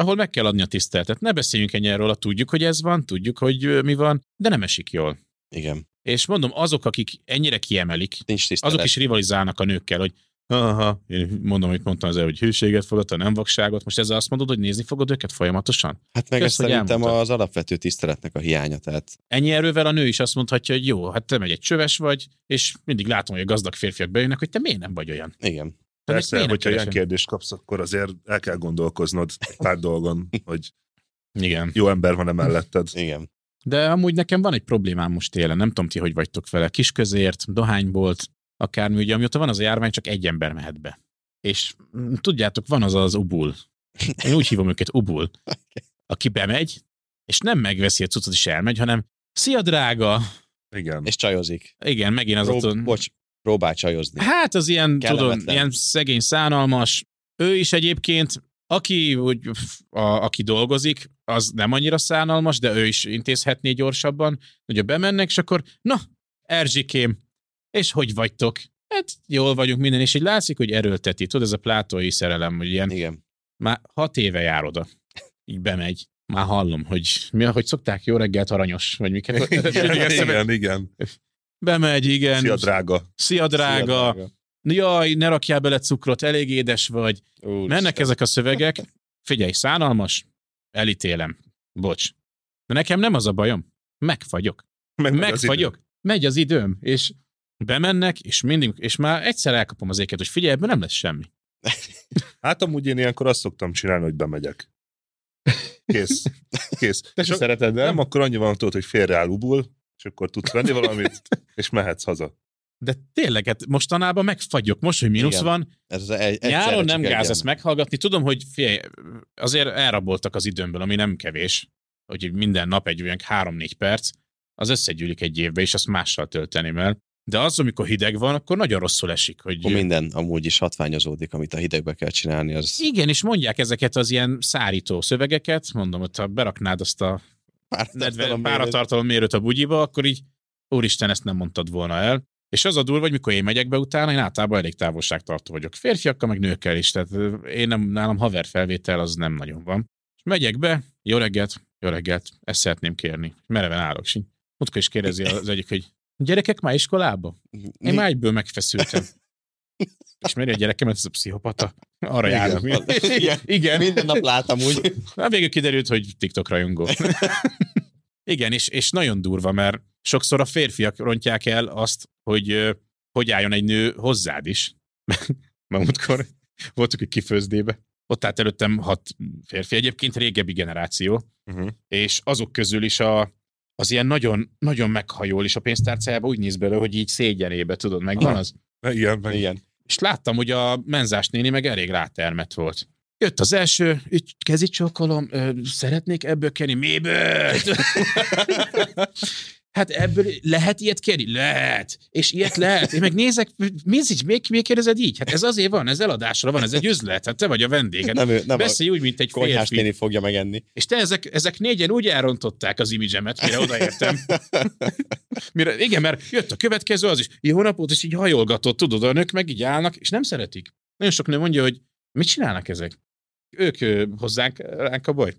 [SPEAKER 3] ahol meg kell adni a tiszteletet. Ne beszéljünk ennyi erről, tudjuk, hogy ez van, tudjuk, hogy ö, mi van, de nem esik jól.
[SPEAKER 2] Igen.
[SPEAKER 3] És mondom, azok, akik ennyire kiemelik,
[SPEAKER 2] Nincs tisztelet.
[SPEAKER 3] azok is rivalizálnak a nőkkel, hogy aha, én mondom, amit mondtam az előbb, hogy hűséget fogadta, nem vakságot. Most ezzel azt mondod, hogy nézni fogod őket folyamatosan?
[SPEAKER 2] Hát meg
[SPEAKER 3] Kösz,
[SPEAKER 2] ez
[SPEAKER 3] hogy
[SPEAKER 2] szerintem
[SPEAKER 3] elmondtad.
[SPEAKER 2] az alapvető tiszteletnek a hiánya. Tehát
[SPEAKER 3] Ennyi erővel a nő is azt mondhatja, hogy jó, hát te meg egy csöves vagy, és mindig látom, hogy a gazdag férfiak bejönnek, hogy te miért nem vagy olyan.
[SPEAKER 2] igen.
[SPEAKER 3] Te ezt
[SPEAKER 4] Persze,
[SPEAKER 3] miért nem
[SPEAKER 4] hogyha ilyen
[SPEAKER 3] keresed?
[SPEAKER 4] kérdést kapsz, akkor azért el kell gondolkoznod egy pár dolgon, hogy
[SPEAKER 3] Igen.
[SPEAKER 4] jó ember van-e melletted.
[SPEAKER 2] Igen.
[SPEAKER 3] De amúgy nekem van egy problémám most télen, nem tudom ti, hogy vagytok vele. Kisközért, dohánybolt, akármi, ugye amióta van az a járvány, csak egy ember mehet be. És mm, tudjátok, van az az ubul. Én úgy hívom őket ubul. Aki bemegy, és nem megveszi a cuccot, és elmegy, hanem szia drága,
[SPEAKER 4] Igen.
[SPEAKER 2] És csajozik.
[SPEAKER 3] igen, megint az
[SPEAKER 2] Prób-
[SPEAKER 3] ott.
[SPEAKER 2] Bocs, próbál csajozni.
[SPEAKER 3] Hát az ilyen, tudod,
[SPEAKER 2] Kellemetlen.
[SPEAKER 3] ilyen szegény, szánalmas. Ő is egyébként, aki, úgy, a, aki dolgozik, az nem annyira szánalmas, de ő is intézhetné gyorsabban. Ugye bemennek, és akkor, na, Erzsikém, és hogy vagytok? Hát jól vagyunk minden, és így látszik, hogy erőlteti. Tudod, ez a plátói szerelem, hogy ilyen
[SPEAKER 2] Igen.
[SPEAKER 3] már hat éve jár oda. Így bemegy. Már hallom, hogy mi, ahogy szokták, jó reggelt, aranyos, vagy
[SPEAKER 4] [LAUGHS]
[SPEAKER 3] miket.
[SPEAKER 4] Igen, igen, igen.
[SPEAKER 3] Bemegy, igen.
[SPEAKER 4] Szia, drága.
[SPEAKER 3] Szia, drága.
[SPEAKER 2] Szia,
[SPEAKER 3] Jaj, ne rakjál bele cukrot, elég édes vagy.
[SPEAKER 2] Úristen.
[SPEAKER 3] Mennek ezek a szövegek, figyelj, szánalmas, elítélem, bocs. De nekem nem az a bajom, megfagyok,
[SPEAKER 4] Meg, meg az
[SPEAKER 3] megfagyok, megy az időm, és bemennek, és mindig, és már egyszer elkapom az éket, hogy figyelj, ebben nem lesz semmi.
[SPEAKER 4] idő. Hát amúgy én ilyenkor azt szoktam csinálni, hogy bemegyek. Kész. Kész.
[SPEAKER 3] Te
[SPEAKER 4] Csak
[SPEAKER 3] szereted,
[SPEAKER 4] nem akkor annyi van tudod, hogy félreáll ubul, és akkor tudsz venni
[SPEAKER 3] [LAUGHS]
[SPEAKER 4] valamit, és mehetsz haza.
[SPEAKER 3] De tényleg, hát mostanában megfagyok, most, hogy mínusz
[SPEAKER 2] Igen.
[SPEAKER 3] van,
[SPEAKER 2] Ez az egy, egyszerre
[SPEAKER 3] nyáron nem
[SPEAKER 2] csak egy
[SPEAKER 3] gáz ezt
[SPEAKER 2] ember.
[SPEAKER 3] meghallgatni, tudom, hogy figyelj, azért elraboltak az időmből, ami nem kevés, hogy minden nap egy olyan 3-4 perc, az összegyűlik egy évbe, és azt mással tölteném el. De az, amikor hideg van, akkor nagyon rosszul esik, hogy...
[SPEAKER 2] Akkor minden amúgy is hatványozódik, amit a hidegbe kell csinálni, az
[SPEAKER 3] Igen, és mondják ezeket az ilyen szárító szövegeket, mondom, hogy ha beraknád azt a nedve-
[SPEAKER 2] pártatlan mérő.
[SPEAKER 3] páratartalom mérőt a bugyiba, akkor így, úristen, ezt nem mondtad volna el. És az a durva, hogy mikor én megyek be utána, én általában elég távolságtartó vagyok. Férfiakkal, meg nőkkel is, tehát ö, én nem, nálam haver felvétel az nem nagyon van. És megyek be, jó reggelt, jó reggelt, ezt szeretném kérni. Mereven állok, és így Mutka is kérdezi az egyik, hogy gyerekek már iskolába? Én
[SPEAKER 2] Mi-
[SPEAKER 3] már egyből megfeszültem. És meri a gyerekemet, ez a pszichopata. Arra
[SPEAKER 4] Igen.
[SPEAKER 3] járunk. mi.
[SPEAKER 2] Igen.
[SPEAKER 3] Igen.
[SPEAKER 2] Minden nap látom úgy.
[SPEAKER 3] Na, végül kiderült, hogy TikTok rajongó. Igen, és, és nagyon durva, mert sokszor a férfiak rontják el azt, hogy ö, hogy álljon egy nő hozzád is. [LAUGHS] Mert múltkor voltunk egy kifőzdébe, ott állt előttem hat férfi, egyébként régebbi generáció,
[SPEAKER 4] Uh-huh.
[SPEAKER 3] és azok közül is a, az ilyen nagyon, nagyon meghajol, és a pénztárcájába úgy néz bele, hogy így szégyenébe, tudod, meg van az.
[SPEAKER 4] Igen, meg Igen.
[SPEAKER 2] [LAUGHS] Igen.
[SPEAKER 3] És láttam, hogy a menzás néni meg elég rátermet volt. Jött az első, így kezi csókolom, ö, szeretnék ebből kenni, miből? Hát ebből lehet ilyet kérni? Lehet. És ilyet lehet. Én meg nézek, mi ez így, miért, miért kérdezed így? Hát ez azért van, ez eladásra van, ez egy üzlet, hát te vagy a vendéged.
[SPEAKER 2] Nem, ő, nem
[SPEAKER 3] Beszélj úgy, mint egy
[SPEAKER 2] a konyhás
[SPEAKER 3] férfi.
[SPEAKER 2] néni fogja megenni.
[SPEAKER 3] És te ezek, ezek négyen úgy elrontották az imidzsemet, mire odaértem. mire, igen, mert jött a következő, az is jó napot, és így hajolgatott, tudod, a nők meg így állnak, és nem szeretik. Nagyon sok nő mondja, hogy mit csinálnak ezek? Ők ö, hozzánk ránk a baj.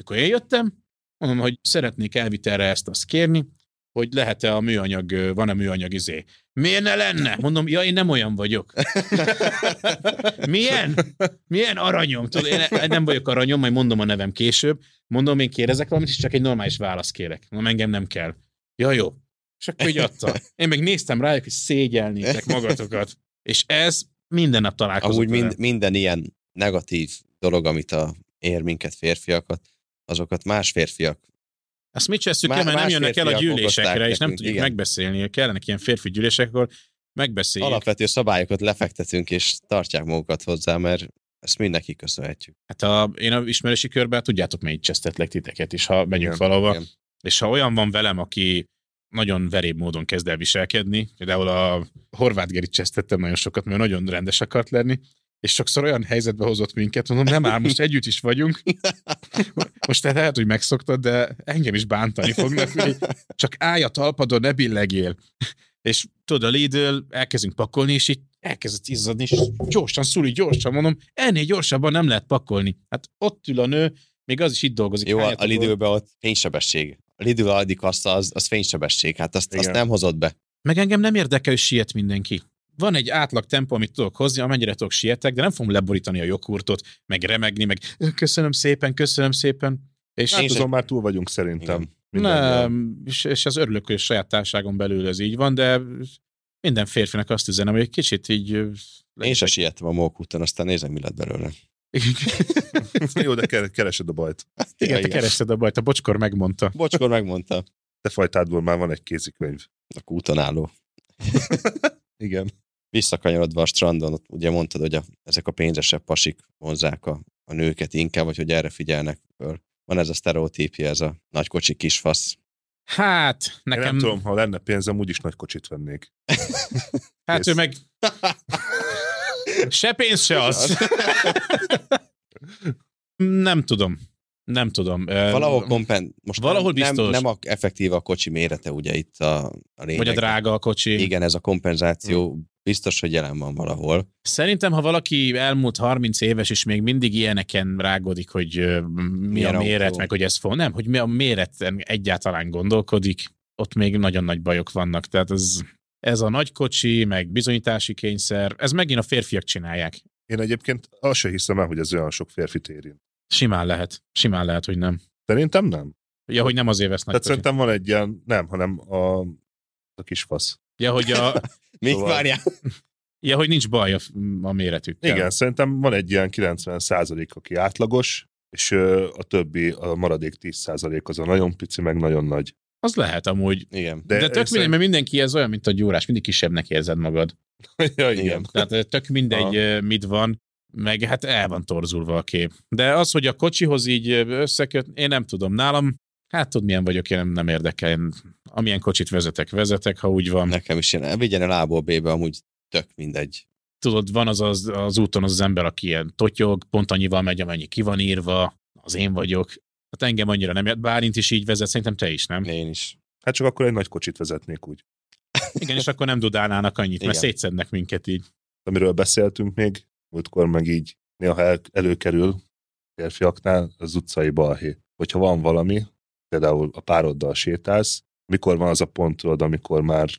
[SPEAKER 3] Mikor én jöttem, mondom, hogy szeretnék elvitelre ezt azt kérni, hogy lehet-e a műanyag, ö, van-e műanyag izé. Miért ne lenne? Mondom, ja, én nem olyan vagyok. Milyen? Milyen aranyom? Tudod, én e- nem vagyok aranyom, majd mondom a nevem később. Mondom, én kérdezek valamit, és csak egy normális választ kérek. Mondom, engem nem kell. Ja, jó. És akkor így adta. Én meg néztem rájuk, hogy szégyelnétek magatokat. És ez minden nap találkozunk.
[SPEAKER 2] Amúgy
[SPEAKER 3] vele.
[SPEAKER 2] mind, minden ilyen negatív dolog, amit a, ér minket férfiakat, azokat más férfiak.
[SPEAKER 3] Ezt mit cseszünk
[SPEAKER 2] Má-
[SPEAKER 3] el, mert nem
[SPEAKER 2] más
[SPEAKER 3] jönnek el a
[SPEAKER 2] férfiak
[SPEAKER 3] gyűlésekre,
[SPEAKER 2] okozták
[SPEAKER 3] és nem
[SPEAKER 2] nekünk,
[SPEAKER 3] tudjuk
[SPEAKER 2] igen.
[SPEAKER 3] megbeszélni. Kellenek ilyen férfi gyűlések, akkor megbeszéljük.
[SPEAKER 2] Alapvető szabályokat lefektetünk, és tartják magukat hozzá, mert ezt mindenki köszönhetjük.
[SPEAKER 3] Hát a, én a ismerősi körben hát tudjátok, melyik csesztetlek titeket is, ha megyünk
[SPEAKER 4] Igen,
[SPEAKER 3] valahova. [LAUGHS]
[SPEAKER 2] igen.
[SPEAKER 3] És ha olyan van velem, aki nagyon veréb módon kezd el viselkedni, például a Horváth Gerit csesztettem nagyon sokat, mert nagyon rendes akart lenni, és sokszor olyan helyzetbe hozott minket, mondom, nem áll, most együtt is vagyunk. Most te lehet, hogy megszoktad, de engem is bántani fognak, hogy csak állj a talpadon, ne billegél. És tudod, a Lidl, elkezdünk pakolni, és így elkezdett izzadni, és gyorsan, szuli, gyorsan mondom, ennél gyorsabban nem lehet pakolni. Hát ott ül a nő, még az is itt dolgozik.
[SPEAKER 2] Jó, a, a
[SPEAKER 3] hányatokból.
[SPEAKER 2] Lidőben ott fénysebesség. A Lidő adik azt, az, az fénysebesség, hát azt, azt
[SPEAKER 4] Igen.
[SPEAKER 2] nem hozott be.
[SPEAKER 3] Meg engem nem érdekel, hogy siet mindenki. Van egy átlag tempó, amit tudok hozni, amennyire tudok sietek, de nem fogom leborítani a joghurtot, meg remegni, meg "Ö, köszönöm szépen, köszönöm szépen. És
[SPEAKER 4] Hát
[SPEAKER 2] és-
[SPEAKER 4] azon már túl vagyunk szerintem.
[SPEAKER 2] Igen.
[SPEAKER 4] Mindennyian.
[SPEAKER 3] nem, és, és az örülök, hogy a saját társágon belül ez így van, de minden férfinak azt üzenem, hogy egy kicsit így... ö, [LAUGHS]
[SPEAKER 2] Én se siettem a Mók úton, aztán nézem, mi lett belőle.
[SPEAKER 4] Jó, de ke- keresed a bajt.
[SPEAKER 3] Igen, te kerested a bajt, a bocskor megmondta.
[SPEAKER 2] Bocskor megmondta.
[SPEAKER 4] Te fajtádból már van egy kézikönyv.
[SPEAKER 2] A kúton
[SPEAKER 3] [LAUGHS]
[SPEAKER 2] álló.
[SPEAKER 4] Igen.
[SPEAKER 2] Visszakanyarodva a strandon, ott ugye mondtad, hogy a, ezek a pénzesebb pasik vonzák a, a nőket inkább, vagy hogy erre figyelnek föl. Van ez a sztereotípia, ez a nagykocsi kisfasz.
[SPEAKER 3] Hát,
[SPEAKER 4] Nekem...
[SPEAKER 3] nekem...
[SPEAKER 4] nem tudom, ha lenne pénzem, úgyis nagy kocsit vennék.
[SPEAKER 3] hát ő meg... Se pénz, se az. [LAUGHS] nem tudom. Nem tudom. Ö,
[SPEAKER 2] Valahol kompen... Most
[SPEAKER 3] Valahol
[SPEAKER 2] nem,
[SPEAKER 3] biztos.
[SPEAKER 2] Nem, nem a, effektív a kocsi mérete, ugye itt a, a lényeg.
[SPEAKER 3] Vagy a drága Hm. a kocsi.
[SPEAKER 2] Igen, ez a kompenzáció biztos, hogy jelen van valahol.
[SPEAKER 3] Szerintem, ha valaki elmúlt 30 éves, és még mindig ilyeneken rágódik, hogy ö, mi
[SPEAKER 2] Milyen
[SPEAKER 3] a méret,
[SPEAKER 2] autó.
[SPEAKER 3] meg hogy ez fog, nem, hogy mi a méreten egyáltalán gondolkodik, ott még nagyon nagy bajok vannak. Tehát ez, ez a nagy kocsi, meg bizonyítási kényszer, ez megint a férfiak csinálják.
[SPEAKER 4] Én egyébként azt se hiszem el, hogy ez olyan sok férfi érint.
[SPEAKER 3] Simán lehet. Simán lehet, hogy nem.
[SPEAKER 4] Szerintem nem.
[SPEAKER 3] Ja, hogy nem azért vesznek.
[SPEAKER 4] Tehát
[SPEAKER 3] kocsit.
[SPEAKER 4] szerintem van egy ilyen, nem, hanem a, a kis fasz.
[SPEAKER 3] Ja, hogy a,
[SPEAKER 2] Még
[SPEAKER 4] [LAUGHS] Szóval-
[SPEAKER 2] várjál?
[SPEAKER 3] ja, hogy nincs baj a, a méretükkel.
[SPEAKER 4] Igen, szerintem van egy ilyen 90 százalék, aki átlagos, és ö, a többi, a maradék 10 százalék az a nagyon pici, meg nagyon nagy.
[SPEAKER 3] Az lehet amúgy.
[SPEAKER 2] Igen.
[SPEAKER 3] De, De tök mindegy,
[SPEAKER 4] szerint-
[SPEAKER 3] mert mindenki ez olyan, mint a gyúrás, mindig kisebbnek érzed magad.
[SPEAKER 4] ja,
[SPEAKER 2] Igen.
[SPEAKER 4] igen.
[SPEAKER 3] Tehát eh, tök mindegy,
[SPEAKER 4] Aha.
[SPEAKER 3] eh, mit van, meg hát el van torzulva a kép. De az, hogy a kocsihoz így eh, összeköt, én nem tudom. Nálam, hát tudod, milyen vagyok, én nem, nem érdekel. Én, amilyen kocsit vezetek, vezetek, ha úgy van.
[SPEAKER 2] Nekem is ilyen. Vigyen el A-ból B-be, amúgy tök mindegy.
[SPEAKER 3] Tudod, van az, az az úton az, az ember, aki ilyen totyog, pont annyival megy, amennyi ki van írva, az én vagyok. Hát engem annyira nem ért, Bálint is így vezet, szerintem te is, nem?
[SPEAKER 2] Én is.
[SPEAKER 4] Hát csak akkor egy nagy kocsit vezetnék úgy.
[SPEAKER 3] Igen, és akkor nem dudálnának annyit, mert
[SPEAKER 2] Igen.
[SPEAKER 3] szétszednek minket így.
[SPEAKER 4] Amiről beszéltünk még, múltkor meg így néha el, előkerül férfiaknál az utcai balhé. Hogyha van valami, például a pároddal sétálsz, mikor van az a pontod, amikor már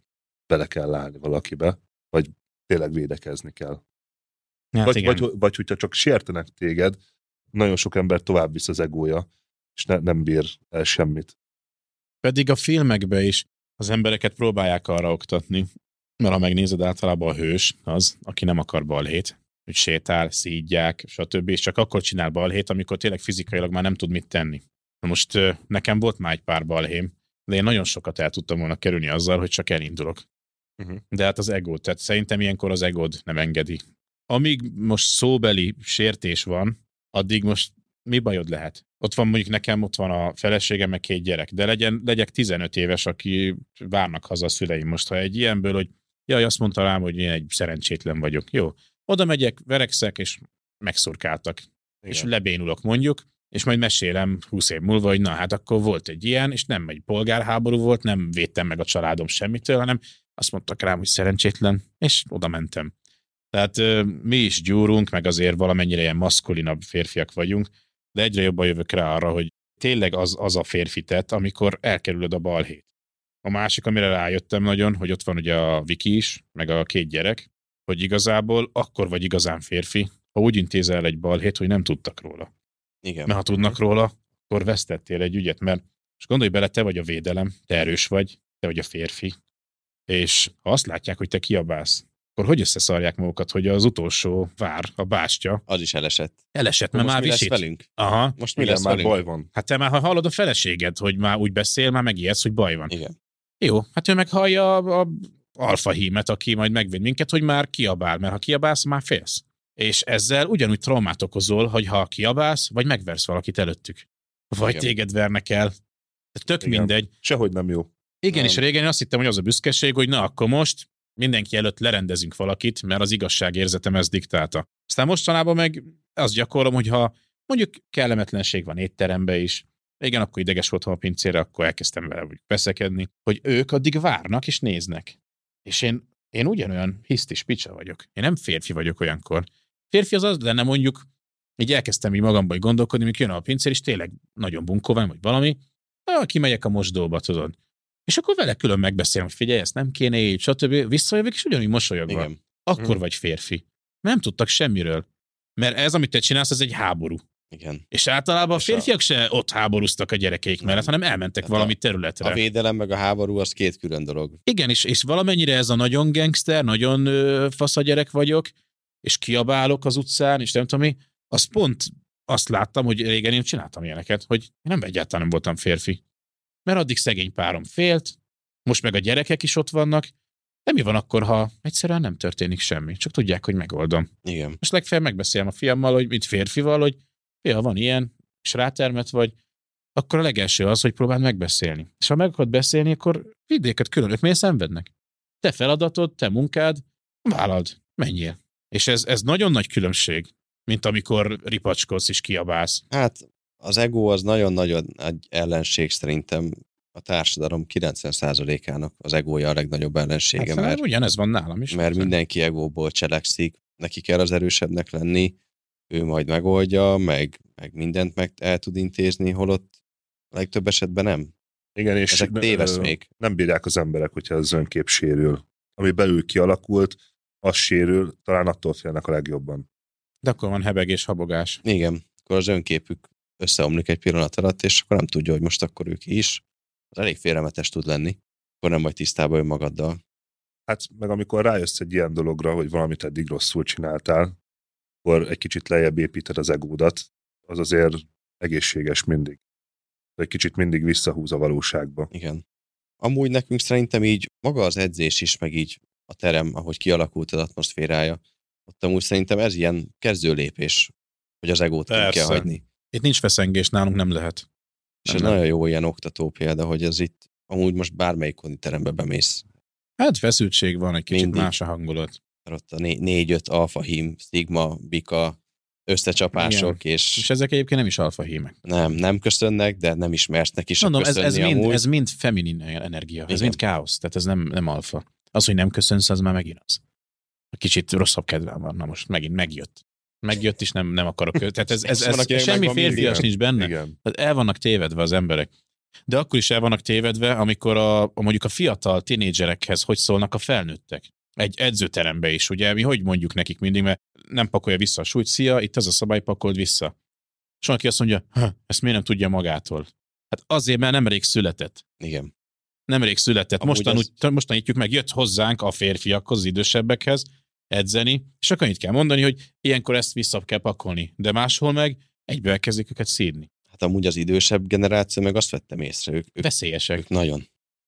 [SPEAKER 4] bele kell állni valakibe, vagy tényleg védekezni kell.
[SPEAKER 3] Hát
[SPEAKER 4] vagy,
[SPEAKER 3] igen.
[SPEAKER 4] vagy, vagy hogyha csak sértenek téged, nagyon sok ember tovább visz az egója, és ne, nem bír el semmit.
[SPEAKER 3] Pedig a filmekbe is az embereket próbálják arra oktatni, mert ha megnézed, általában a hős az, aki nem akar balhét, hogy sétál, szídják, stb. És csak akkor csinál balhét, amikor tényleg fizikailag már nem tud mit tenni. Na most ö, nekem volt már egy pár balhém, de én nagyon sokat el tudtam volna kerülni azzal, hogy csak elindulok.
[SPEAKER 4] Mhm.
[SPEAKER 3] Uh-huh. De hát az ego, tehát szerintem ilyenkor az egód nem engedi. Amíg most szóbeli sértés van, addig most mi bajod lehet? Ott van mondjuk nekem, ott van a feleségem, meg két gyerek, de legyen, legyek 15 éves, aki várnak haza a szüleim most, ha egy ilyenből, hogy jaj, azt mondta rám, hogy én egy szerencsétlen vagyok. Jó, oda megyek, verekszek, és megszurkáltak. Igen. És lebénulok mondjuk, és majd mesélem 20 év múlva, hogy na hát akkor volt egy ilyen, és nem egy polgárháború volt, nem védtem meg a családom semmitől, hanem azt mondtak rám, hogy szerencsétlen, és oda mentem. Tehát ö, mi is gyúrunk, meg azért valamennyire ilyen maszkulinabb férfiak vagyunk, de egyre jobban jövök rá arra, hogy tényleg az, az a férfi tett, amikor elkerülöd a balhét. A másik, amire rájöttem nagyon, hogy ott van ugye a Viki is, meg a két gyerek, hogy igazából akkor vagy igazán férfi, ha úgy intézel egy balhét, hogy nem tudtak róla.
[SPEAKER 2] Igen.
[SPEAKER 3] Mert ha tudnak róla, akkor vesztettél egy ügyet, mert és gondolj bele, te vagy a védelem, te erős vagy, te vagy a férfi, és ha azt látják, hogy te kiabálsz, akkor hogy összeszarják magukat, hogy az utolsó vár, a bástya
[SPEAKER 2] Az is elesett.
[SPEAKER 3] elesett,
[SPEAKER 2] Most
[SPEAKER 3] mert már
[SPEAKER 2] mi lesz
[SPEAKER 3] visít.
[SPEAKER 2] velünk?
[SPEAKER 3] Aha.
[SPEAKER 2] Most mi
[SPEAKER 4] Igen,
[SPEAKER 2] lesz
[SPEAKER 4] már
[SPEAKER 2] velünk?
[SPEAKER 4] baj van.
[SPEAKER 3] Hát te már, ha hallod a feleséged, hogy már úgy beszél, már megijedsz, hogy baj van.
[SPEAKER 2] Igen.
[SPEAKER 3] Jó, hát ő meghallja a, a alfa hímet, aki majd megvéd minket, hogy már kiabál, mert ha kiabálsz, már félsz. És ezzel ugyanúgy traumát okozol, hogy ha kiabálsz, vagy megversz valakit előttük. Vagy Igen.
[SPEAKER 2] Igen.
[SPEAKER 3] téged vernek el. De tök Igen.
[SPEAKER 4] Igen.
[SPEAKER 3] mindegy.
[SPEAKER 4] Sehogy nem jó.
[SPEAKER 3] Igen, és
[SPEAKER 2] Nem.
[SPEAKER 3] régen én azt hittem, hogy az a büszkeség, hogy na akkor most mindenki előtt lerendezünk valakit, mert az igazságérzetem ezt diktálta. Aztán mostanában meg azt gyakorlom, hogy ha mondjuk kellemetlenség van étterembe is, igen, akkor ideges voltam a pincére, akkor elkezdtem vele úgy veszekedni, hogy ők addig várnak és néznek. És én, én ugyanolyan hisztis picsa vagyok. Én nem férfi vagyok olyankor. Férfi az az lenne mondjuk, így elkezdtem így magamban így gondolkodni, mikor jön a pincér, és tényleg nagyon bunkóvám, vagy valami, ah, kimegyek a mosdóba, tudod. És akkor vele külön megbeszélem, hogy figyelj, ezt nem kéne így, stb. Visszajövök, és ugyanúgy mosolyogva. Igen.
[SPEAKER 2] Igen.
[SPEAKER 3] Akkor
[SPEAKER 4] Mm.
[SPEAKER 3] vagy férfi. Nem tudtak semmiről. Mert ez, amit te csinálsz, ez egy háború.
[SPEAKER 2] Igen.
[SPEAKER 3] És általában
[SPEAKER 2] És
[SPEAKER 3] a
[SPEAKER 2] a-
[SPEAKER 3] férfiak se ott háborúztak a gyerekeik
[SPEAKER 2] Nem.
[SPEAKER 3] mellett, hanem elmentek
[SPEAKER 2] Tehát a-
[SPEAKER 3] valami területre.
[SPEAKER 2] A védelem meg a háború az két külön dolog.
[SPEAKER 3] Igen, és, és valamennyire ez a nagyon gangster, nagyon ö, fasz a gyerek vagyok, és kiabálok az utcán, és nem tudom mi, az pont azt láttam, hogy régen én csináltam ilyeneket, hogy én nem egyáltalán nem voltam férfi. Mert addig szegény párom félt, most meg a gyerekek is ott vannak, de mi van akkor, ha egyszerűen nem történik semmi? Csak tudják, hogy megoldom.
[SPEAKER 2] Igen.
[SPEAKER 3] Most legfeljebb megbeszélem a fiammal, hogy mit férfival, hogy ja, van ilyen, és rátermet vagy, akkor a legelső az, hogy próbáld megbeszélni. És ha meg akarod beszélni, akkor vidd őket külön, ők miért szenvednek? Te feladatod, te munkád, vállald, menjél. És ez, ez nagyon nagy különbség, mint amikor ripacskodsz és kiabálsz.
[SPEAKER 2] Hát az ego az nagyon-nagyon nagy ellenség szerintem a társadalom 90%-ának az egója a legnagyobb ellensége,
[SPEAKER 3] Hát,
[SPEAKER 2] hát,
[SPEAKER 3] mert
[SPEAKER 2] mert,
[SPEAKER 3] ugyanez van nálam is.
[SPEAKER 2] mert mindenki egóból cselekszik, neki kell az erősebbnek lenni, ő majd megoldja, meg, meg mindent meg el tud intézni, holott a legtöbb esetben nem.
[SPEAKER 4] Igen, és
[SPEAKER 2] Ezek
[SPEAKER 4] ö,
[SPEAKER 2] téveszmék.
[SPEAKER 4] nem bírják az emberek, hogyha az önkép sérül. Ami belül kialakult, az sérül, talán attól félnek a legjobban.
[SPEAKER 3] De akkor van hebegés, habogás.
[SPEAKER 2] Igen, akkor az önképük összeomlik egy pillanat alatt, és akkor nem tudja, hogy most akkor ő ki is. Az elég félelmetes tud lenni. Akkor nem vagy tisztában önmagaddal.
[SPEAKER 4] Hát meg amikor rájössz egy ilyen dologra, hogy valamit eddig rosszul csináltál, akkor egy kicsit lejjebb építed az egódat, az azért egészséges mindig. Egy kicsit mindig visszahúz a valóságba.
[SPEAKER 2] Igen. Amúgy nekünk szerintem így maga az edzés is, meg így a terem, ahogy kialakult az atmoszférája, ott amúgy szerintem ez ilyen kezdő lépés, hogy az egót ki
[SPEAKER 3] Persze.
[SPEAKER 2] kell hagyni.
[SPEAKER 3] Itt nincs feszengés, nálunk nem lehet.
[SPEAKER 2] És
[SPEAKER 3] Nem,
[SPEAKER 2] ez
[SPEAKER 3] nem.
[SPEAKER 2] nagyon jó ilyen oktató példa, hogy ez itt amúgy most bármelyik konditerembe bemész,
[SPEAKER 3] Hát feszültség van, egy kicsit
[SPEAKER 2] Mindig.
[SPEAKER 3] más a hangulat.
[SPEAKER 2] mert ott a né- négy-öt alfa hím, szigma, bika, összecsapások, és
[SPEAKER 3] És ezek egyébként nem is alfa hímek.
[SPEAKER 2] nem, nem köszönnek, de nem ismertnek is
[SPEAKER 3] Mondom, ez, ez,
[SPEAKER 2] köszönni
[SPEAKER 3] mind,
[SPEAKER 2] amúgy.
[SPEAKER 3] ez mind feminin energia, ez
[SPEAKER 2] Igen.
[SPEAKER 3] mind káosz, tehát ez nem, nem alfa. Az, hogy nem köszönsz, az már megint az. Kicsit rosszabb kedvem van, na most megint megjött. Megjött is nem, nem akarok. ő- Tehát ez, ez,
[SPEAKER 2] Van,
[SPEAKER 3] ez,
[SPEAKER 2] akinek
[SPEAKER 3] semmi
[SPEAKER 2] megvan mindig,
[SPEAKER 3] férfias
[SPEAKER 4] igen.
[SPEAKER 3] nincs benne.
[SPEAKER 4] Igen.
[SPEAKER 3] Tehát el vannak tévedve az emberek. De akkor is el vannak tévedve, amikor a, a mondjuk a fiatal tinédzserekhez hogy szólnak a felnőttek. Egy edzőterembe is, ugye, mi hogy mondjuk nekik mindig, mert nem pakolja vissza a súlyt, szia, itt az a szabály, pakold vissza. És van, aki azt mondja, "Ha, ezt miért nem tudja magától? Hát azért, mert nemrég született.
[SPEAKER 2] Igen,
[SPEAKER 3] Nemrég született.
[SPEAKER 2] Amúgy
[SPEAKER 3] Mostan,
[SPEAKER 2] az-
[SPEAKER 3] az... most tanítjuk meg, jött hozzánk a férfiakhoz, az idősebbekhez edzeni, és akkor annyit kell mondani, hogy ilyenkor ezt vissza kell pakolni. De máshol meg egybe elkezdik őket szídni.
[SPEAKER 2] hát amúgy az idősebb generáció, meg azt vettem észre, ők, ők,
[SPEAKER 3] Veszélyesek.
[SPEAKER 2] ők nagyon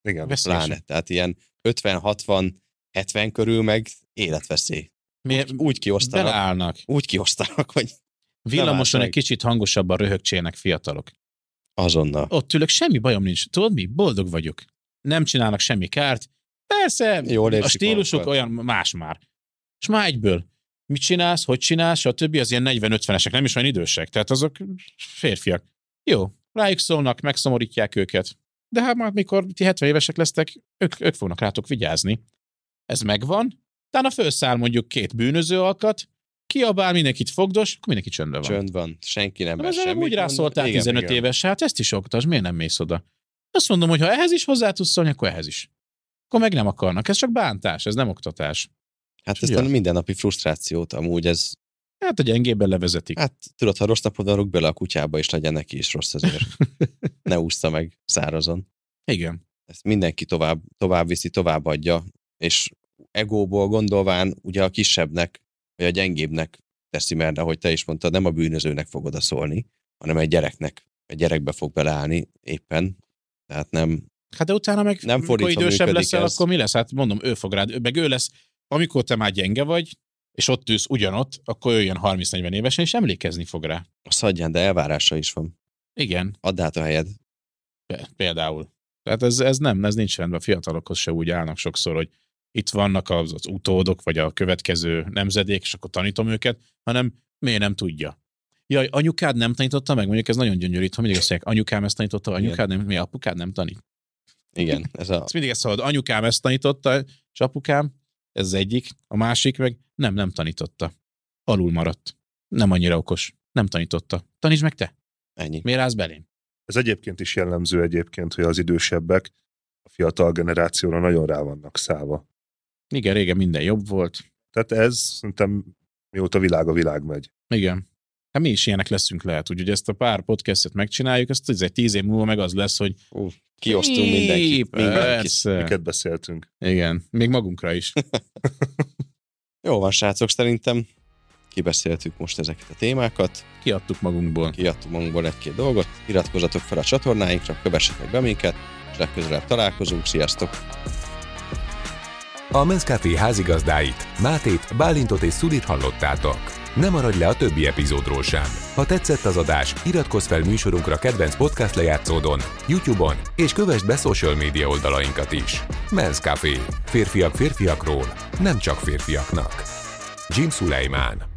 [SPEAKER 4] Igen.
[SPEAKER 3] Veszélyesek.
[SPEAKER 2] pláne. Tehát ilyen 50, 60, 70 körül meg életveszély.
[SPEAKER 3] Miért
[SPEAKER 2] Úgy kiosztanak,
[SPEAKER 3] beleállnak?
[SPEAKER 2] úgy kiosztanak, hogy
[SPEAKER 3] Villamoson
[SPEAKER 2] meg.
[SPEAKER 3] egy kicsit hangosabban röhögcsének fiatalok.
[SPEAKER 2] Azonnal.
[SPEAKER 3] Ott ülök, semmi bajom nincs. Tudod mi? Boldog vagyok. Nem csinálnak semmi kárt. Persze,
[SPEAKER 2] Jól
[SPEAKER 3] a
[SPEAKER 2] érzik
[SPEAKER 3] stílusuk
[SPEAKER 2] magukat.
[SPEAKER 3] olyan más már. És már egyből. Mit csinálsz, hogy csinálsz, a többi az ilyen 40-50-esek, nem is olyan idősek, tehát azok férfiak. Jó, rájuk szólnak, megszomorítják őket. De hát majd, mikor ti 70 évesek lesztek, ők, ők fognak rátok vigyázni. Ez megvan. Utána felszáll mondjuk két bűnöző alkat, kiabál, mindenkit fogdos, akkor mindenki csöndben van.
[SPEAKER 2] Csönd van, senki nem
[SPEAKER 3] De
[SPEAKER 2] mer
[SPEAKER 3] az előbb
[SPEAKER 2] semmit
[SPEAKER 3] úgy rászóltál
[SPEAKER 2] mondani.
[SPEAKER 3] 15
[SPEAKER 2] igen.
[SPEAKER 3] éves, hát ezt is oktasd, miért nem mész oda? Azt mondom, hogy ha ehhez is hozzá tudsz szólni, akkor ehhez is. Akkor meg nem akarnak. Ez csak bántás, ez nem oktatás.
[SPEAKER 2] Hát
[SPEAKER 3] És
[SPEAKER 2] ezt
[SPEAKER 3] ugye?
[SPEAKER 2] a mindennapi frusztrációt amúgy ez,
[SPEAKER 3] Hát a gyengébben levezetik.
[SPEAKER 2] hát tudod, ha rossz napod van, rúg bele a kutyába, és legyen neki is rossz
[SPEAKER 3] [LAUGHS]
[SPEAKER 2] azért. ne úszta meg szárazon.
[SPEAKER 3] Igen.
[SPEAKER 2] Ezt mindenki tovább, tovább viszi, tovább adja, és egóból gondolván ugye a kisebbnek, vagy a gyengébbnek teszi, mert ahogy te is mondtad, nem a bűnözőnek fog oda szólni, hanem egy gyereknek, egy gyerekbe fog beleállni éppen, tehát nem,
[SPEAKER 3] Hát de utána meg
[SPEAKER 2] Nem
[SPEAKER 3] amikor
[SPEAKER 2] fordítva
[SPEAKER 3] idősebb
[SPEAKER 2] működik
[SPEAKER 3] leszel,
[SPEAKER 2] ez.
[SPEAKER 3] akkor mi lesz? Hát mondom, ő fog rád, ő- meg ő lesz, amikor te már gyenge vagy, és ott ülsz ugyanott, akkor ő jön 30-40 évesen, és emlékezni fog rá.
[SPEAKER 2] azt hagyján, de elvárása is van.
[SPEAKER 3] Igen,
[SPEAKER 2] Add át a helyed.
[SPEAKER 3] pe- például. Tehát ez, ez nem, ez nincs rendben. A fiatalokhoz se úgy állnak sokszor, hogy itt vannak az, az utódok, vagy a következő nemzedék, és akkor tanítom őket, hanem miért nem tudja. Jaj, anyukád nem tanította meg, mondjuk ez nagyon gyönyörít, ha mindig azt mondják, anyukám ezt tanította, anyukád nem, mi apukád nem tanít.
[SPEAKER 2] Igen, ez a,
[SPEAKER 3] Ezt mindig ezt hallod, anyukám ezt tanította, és apukám, ez az egyik, a másik meg nem, nem tanította. Alul maradt. Nem annyira okos. Nem tanította. Tanítsd meg te. [LAUGHS]
[SPEAKER 2] ennyi.
[SPEAKER 3] Miért állsz belém?
[SPEAKER 4] Ez egyébként is jellemző egyébként, hogy az idősebbek a fiatal generációra nagyon rá vannak száva.
[SPEAKER 3] Igen, régen minden jobb volt.
[SPEAKER 4] Tehát ez szerintem mióta világ a világ megy.
[SPEAKER 3] Igen. Hát mi is ilyenek leszünk lehet, úgyhogy ezt a pár podcastet megcsináljuk, ezt egy tíz év múlva meg az lesz, hogy
[SPEAKER 2] Kiosztunk
[SPEAKER 3] Í,
[SPEAKER 2] mindenkit. mindenkit.
[SPEAKER 3] Persze.
[SPEAKER 4] Miket beszéltünk?
[SPEAKER 3] Igen, még magunkra is.
[SPEAKER 2] Jó van, srácok, szerintem kibeszéltük most ezeket a témákat,
[SPEAKER 3] Kiadtuk magunkból.
[SPEAKER 2] kiadtunk magunkból egy-két dolgot, iratkozzatok fel a csatornáinkra, kövessetek be minket, és legközelebb találkozunk, sziasztok!
[SPEAKER 1] A Men's Café házigazdáit, Mátét, Bálintot és Szulit hallottátok. Ne maradj le a többi epizódról sem. Ha tetszett az adás, iratkozz fel műsorunkra kedvenc podcast lejátszódon, YouTube-on, és kövessd be social média oldalainkat is. Men's Café. Férfiak férfiakról, nem csak férfiaknak. Jim Sulaiman.